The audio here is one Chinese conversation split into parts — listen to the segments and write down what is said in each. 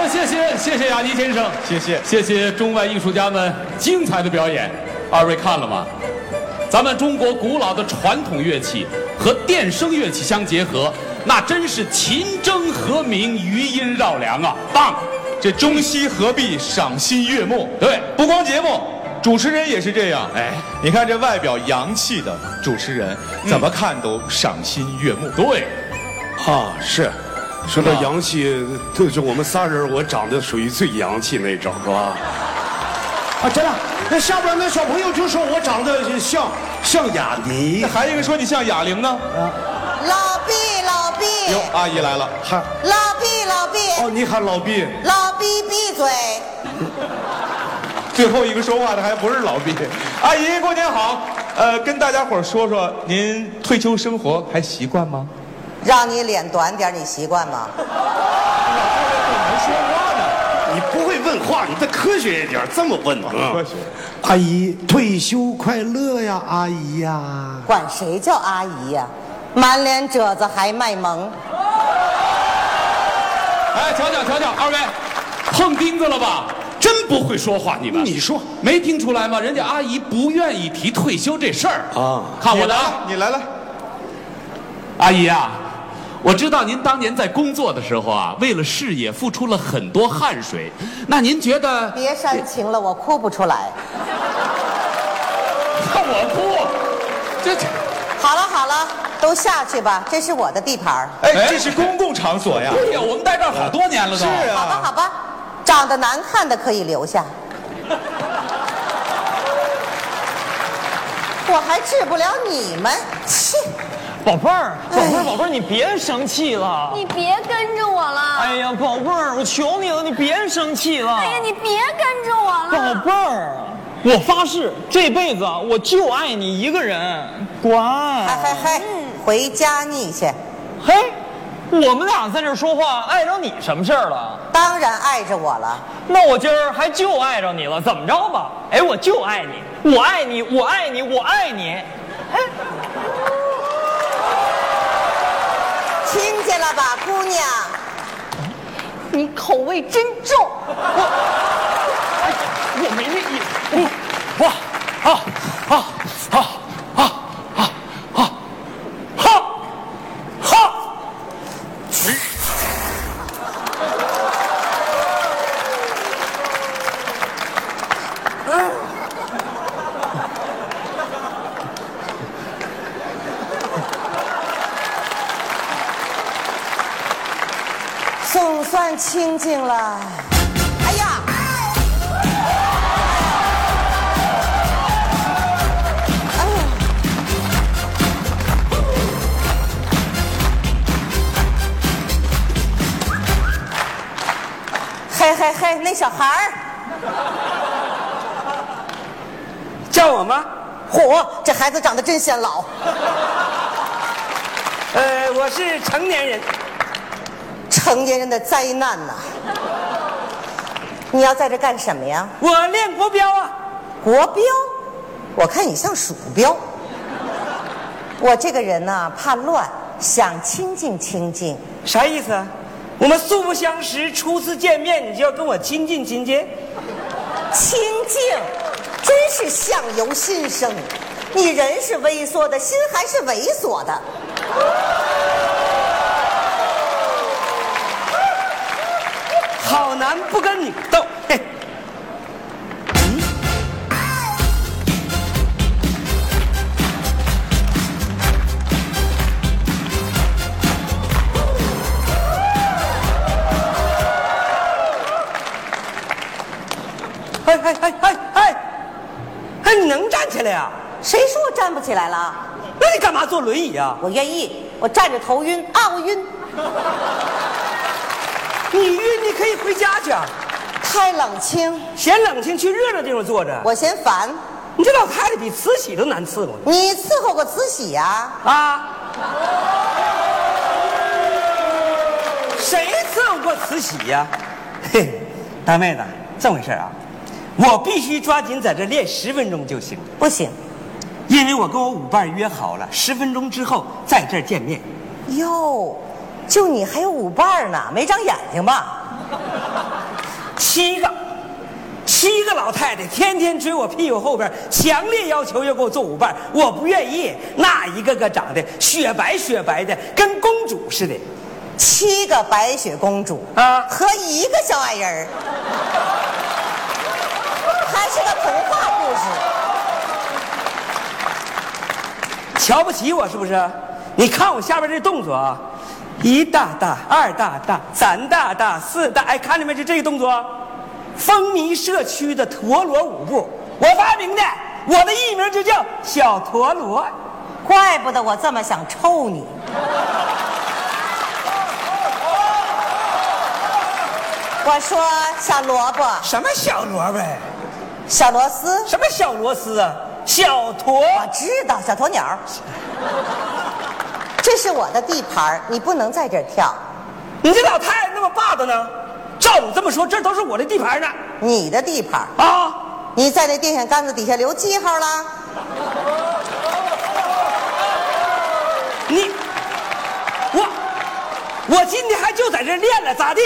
们谢谢谢谢雅尼先生，谢谢。谢谢中外艺术家们精彩的表演，二位看了吗？咱们中国古老的传统乐器和电声乐器相结合，那真是琴筝和鸣，余音绕梁啊！棒！这中西合璧，赏心悦目。对不光节目，主持人也是这样。哎，你看这外表洋气的主持人，怎么看都赏心悦目。对，啊，是。啊说到吧洋气， 就是我们仨人，我长得属于最洋气那种，是吧？啊，真的。那下边那小朋友就说我长得像像雅尼那，还有一个说你像哑铃呢。老毕，老毕，哟，阿姨来了，还老毕，老毕，哦，你喊老毕，老毕闭嘴。最后一个说话的还不是老毕。阿姨，过年好。呃，跟大家伙儿说说，您退休生活还习惯吗？让你脸短点，你习惯吗？你不会问话，你再科学一点，这么问啊科？学。阿姨退休快乐呀，阿姨呀、管谁叫阿姨呀、满脸褶子还卖萌，哎，瞧瞧瞧瞧，二位碰钉子了吧？真不会说话，你们。你说没听出来吗？人家阿姨不愿意提退休这事儿啊看我的啊，来，你来来。阿姨啊，我知道您当年在工作的时候啊，为了事业付出了很多汗水。那您觉得别煽情了，我哭不出来。看我哭，这这好了好了，都下去吧，这是我的地盘儿。哎哎，这是公共场所呀。对呀，我们在这儿好多年了都。是好吧啊。好吧，长得难看的可以留下。我还治不了你们，切！宝贝儿，宝贝哎儿，宝贝儿，你别生气了。你别跟着我了！哎呀，宝贝儿，我求你了，你别生气了。哎呀，你别跟着我了！宝贝儿，我发誓这辈子我就爱你一个人。滚！嗨嗨嗨，哎嗯回家腻去。嘿，我们俩在这儿说话，碍着你什么事儿了？当然碍着我了，那我今儿还就碍着你了，怎么着吧？哎，我就爱你，我爱你，我爱你，我爱你。哎，听见了吧，姑娘？你口味真重。我没那意思。哇啊啊啊啊啊啊！哈哈！总算清静了。哎呀！哎呀！嘿嘿嘿，那小孩儿叫我吗？，嚯，这孩子长得真显老，呃，我是成年人，成年人的灾难呐、你要在这干什么呀？我练国标啊。国标，我看你像鼠标。我这个人呢、怕乱，想清静清静。啥意思啊？我们素不相识，初次见面你就要跟我亲近亲近？清静，真是相由心生。你人是微缩的，心还是猥琐的。好男不跟你斗。嘿，哎哎哎哎哎，哎，你能站起来呀、谁说我站不起来了？那你干嘛坐轮椅啊呀、我愿意，我站着头晕啊，我晕， 你晕，你可以回家去，啊，太冷清，嫌冷清去热闹地方坐着。我嫌烦。你这老太太比慈禧都难伺候呢你伺候过慈禧呀、啊！谁伺候过慈禧呀、嘿，大妹子，这么回事啊？我必须抓紧在这练十分钟就行，不行，因为我跟我舞伴约好了，十分钟之后在这儿见面。哟，就你还有舞伴呢，没长眼睛吧？七个，七个老太太天天追我屁股后边，强烈要求要给我做舞伴，我不愿意。那一个个长得雪白雪白的，跟公主似的。七个白雪公主啊和一个小矮人儿，还是个童话故事。瞧不起我是不是？你看我下边这动作啊，一大大，二大大，三大大，四大，哎，看见没？就这个动作，风靡社区的陀螺舞步，我发明的，我的艺名就叫小陀螺。怪不得我这么想抽你。我说小萝卜、什么小萝卜？小螺丝，什么小螺丝啊？小陀我知道小鸵鸟，这是我的地盘儿你不能在这儿跳。你这老太太那么霸道呢？照你这么说，这都是我的地盘呢你的地盘儿啊！你在那电线杆子底下留记号了？你，我，我今天还就在这儿练了，咋地？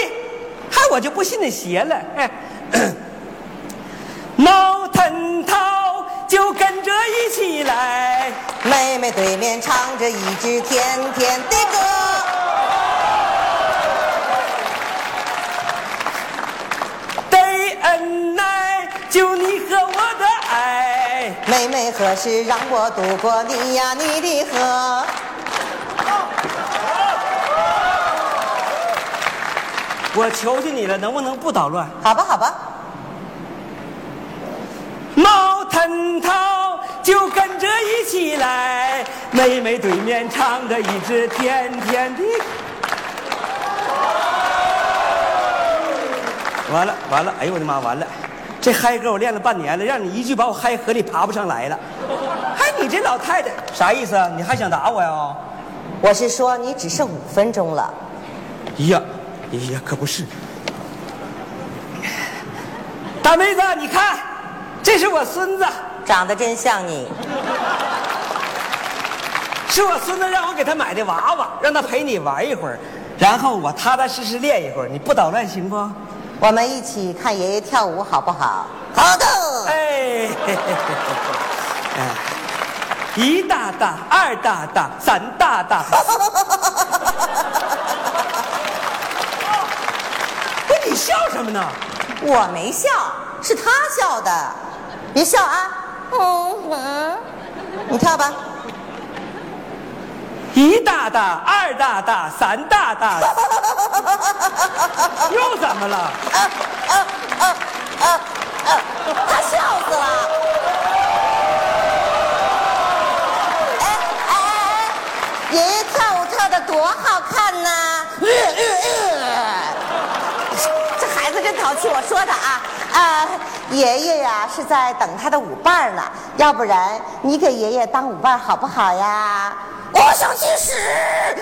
还我就不信那邪了，哎， 猫腾涛就跟着一起来，妹妹对面唱着一支甜甜的歌，得恩爱就你和我的爱，妹妹何时让我渡过你呀你的河？我求求你了，能不能不捣乱？好吧，好吧，猫腾涛就跟着一起来，妹妹对面唱着一支甜甜的。完了完了，哎呦我的妈，完了！这嗨歌我练了半年了，让你一句把我嗨河里爬不上来了。嗨、你这老太太啥意思啊？你还想打我呀？我是说你只剩五分钟了，哎呀，哎呀，可不是。大妹子，你看，这是我孙子。长得真像你。是我孙子让我给他买的娃娃，让他陪你玩一会儿，然后我踏踏实实练一会儿。你不捣乱行不？我们一起看爷爷跳舞好不好？好的。哎， 嘿嘿嘿哎一大大，二大大，三大大。 不，你笑什么呢？我没笑，是他笑的，别笑啊！嗯你跳吧，一大大，二大大，三大大。 又怎么了？他笑死了。哎哎哎哎，爷爷跳舞跳的多好看呐、呃呃呃这孩子真淘气，我说他啊啊，爷爷呀是在等他的舞伴儿呢，要不然你给爷爷当舞伴儿好不好呀？我想去屎！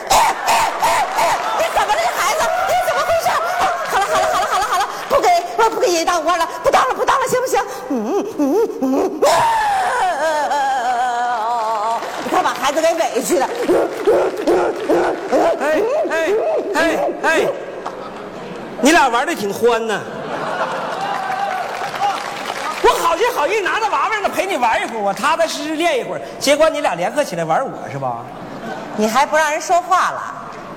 哎哎哎哎，你怎么了，这孩子？你怎么回事？好了好了好了好了好了，不给我不给爷爷当舞伴了，不当了不当了，行不行？嗯嗯嗯嗯。你看把孩子给委屈的，哎哎哎哎，你俩玩的挺欢呢。我好心好意拿着娃娃让他陪你玩一会儿，我踏踏实实练一会儿，结果你俩联合起来玩我是吧？你还不让人说话了？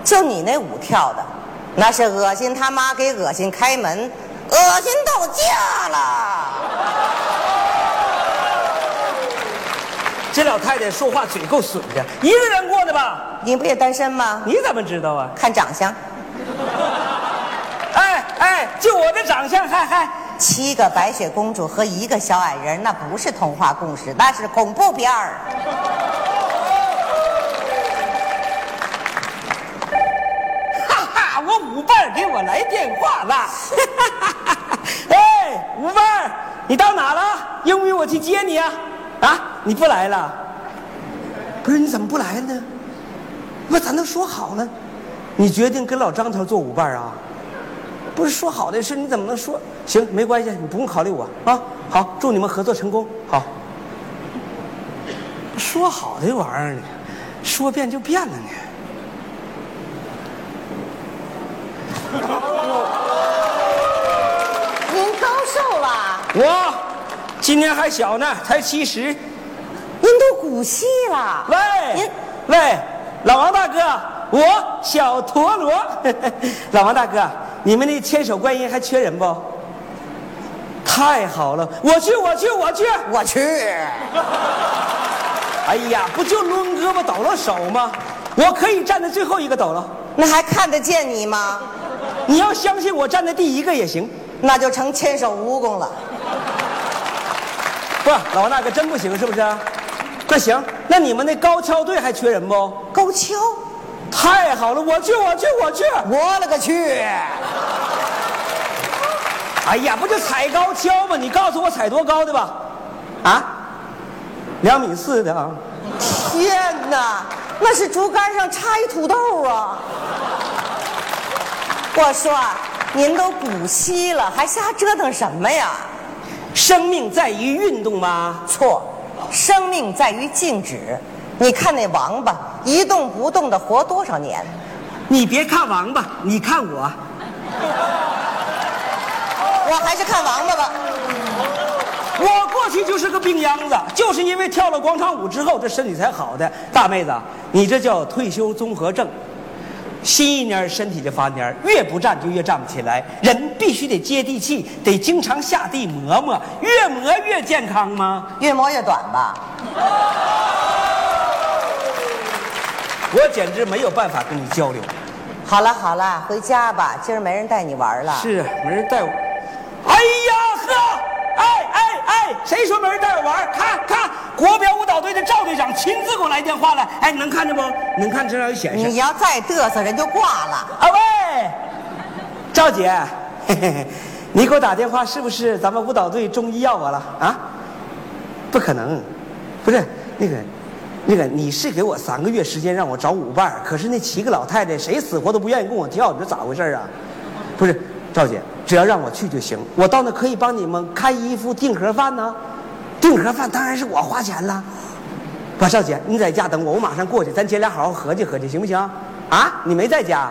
就你那舞跳的，那是恶心他妈给恶心开门，恶心到家了。这老太太说话嘴够损的，一个人过的吧？你不也单身吗？你怎么知道啊？看长相，哎哎，就我这长相，嗨嗨，七个白雪公主和一个小矮人，那不是童话故事，那是恐怖片儿。哈哈，我舞伴给我来电话了。 哎，舞伴，你到哪了？英语我去接你啊！啊，你不来了？不是，你怎么不来了呢？不，咱都说好了，你决定跟老张头做舞伴啊？不是说好的事，你怎么能说？行，没关系，你不用考虑我啊。好，祝你们合作成功。好，说好的玩意儿呢，说变就变了呢。我今年还小呢，才七十。您都古稀了。喂您喂，老王大哥，我小陀螺。 老王大哥，你们那千手观音还缺人不？太好了，我去，我去，我去。我去，哎呀，不就抡胳膊抖了手吗？我可以站在最后一个抖了。那还看得见你吗？你要相信我站在第一个也行。那就成千手蜈蚣了。不是，老王大哥真不行，是不是？那行，那你们那高跷队还缺人不？高跷，太好了，我去，我去，我去。我勒个去！哎呀，不就踩高跷吗？你告诉我踩多高的吧？啊，两米四的啊。天哪，那是竹竿上插一土豆啊！我说，啊您都古稀了，还瞎折腾什么呀？生命在于运动吗？错，生命在于静止。你看那王八一动不动的活多少年？你别看王八，你看我。我还是看王八吧。我过去就是个病秧子，就是因为跳了广场舞之后，这身体才好的。大妹子，你这叫退休综合症。新一蔫身体就发蔫，越不站就越站不起来。人必须得接地气，得经常下地磨磨，越磨越健康吗？越磨越短吧。我简直没有办法跟你交流。好了好了，回家吧，今儿没人带你玩了。是没人带我。哎呀呵，哎哎哎，谁说没人带我玩？看看国标舞蹈队的赵队长亲自给我来电话了。哎，你能看见不？你能看这上有显示你。要再嘚瑟，人就挂了。啊喂，赵姐，嘿嘿嘿，你给我打电话是不是咱们舞蹈队中医要我了啊？不可能，不是那个，那个你是给我三个月时间让我找舞伴儿，可是那七个老太太谁死活都不愿意跟我跳，你说咋回事儿啊？不是，赵姐，只要让我去就行，我到那可以帮你们看衣服、订盒饭呢、订盒饭当然是我花钱了。不，少姐，你在家等我，我马上过去，咱姐俩好好合计合计，行不行？啊，你没在家，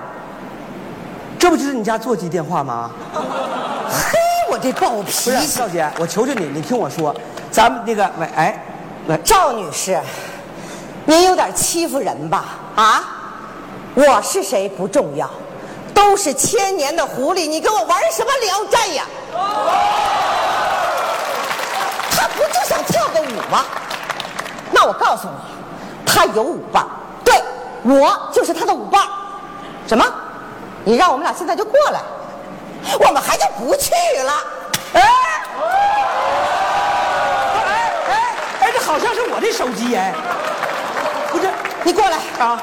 这不就是你家座机电话吗？嘿，哎我这暴不脾是，气。少姐，我求求你，你听我说，咱们那个，喂，哎，喂，赵女士，您有点欺负人吧？啊，我是谁不重要，都是千年的狐狸，你跟我玩什么聊斋呀？他不就想跳个舞吗？那我告诉你，他有舞伴，对我就是他的舞伴。什么？你让我们俩现在就过来，我们还就不去了。哎。哎哎哎，这好像是我的手机哎，不是你过来，啊，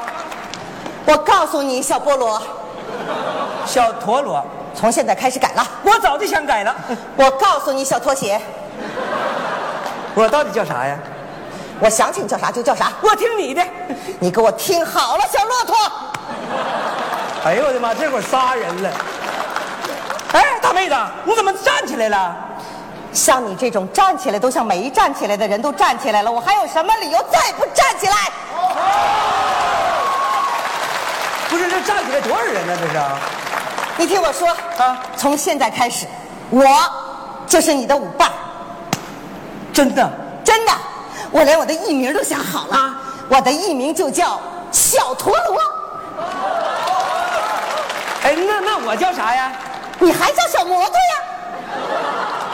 我告诉你，小菠萝，小陀螺，从现在开始改了。我早就想改了， 我告诉你，小拖鞋，我到底叫啥呀？我想起你叫啥就叫啥。我听你的，你给我听好了，小骆驼。哎呦我的妈，这会儿仨人了，哎，大妹子，你怎么站起来了？像你这种站起来都像没站起来的人都站起来了，我还有什么理由再不站起来？不是，这站起来多少人呢？这是你听我说啊从现在开始，我就是你的舞伴，真的。真的，我连我的艺名都想好了，啊我的艺名就叫小陀螺，哎，那那我叫啥呀？你还叫小摩托呀？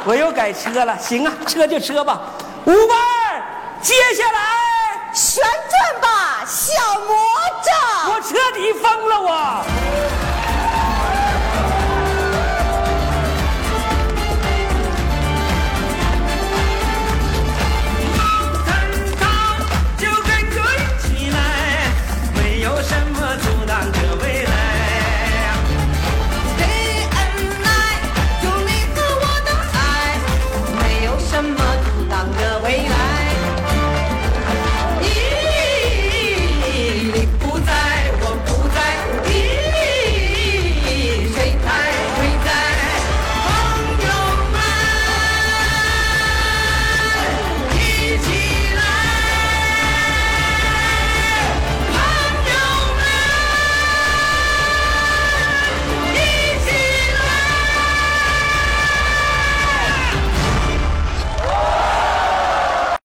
我又改车了。行啊，车就车吧。五伴儿，接下来旋转吧，小魔杖。我彻底疯了我。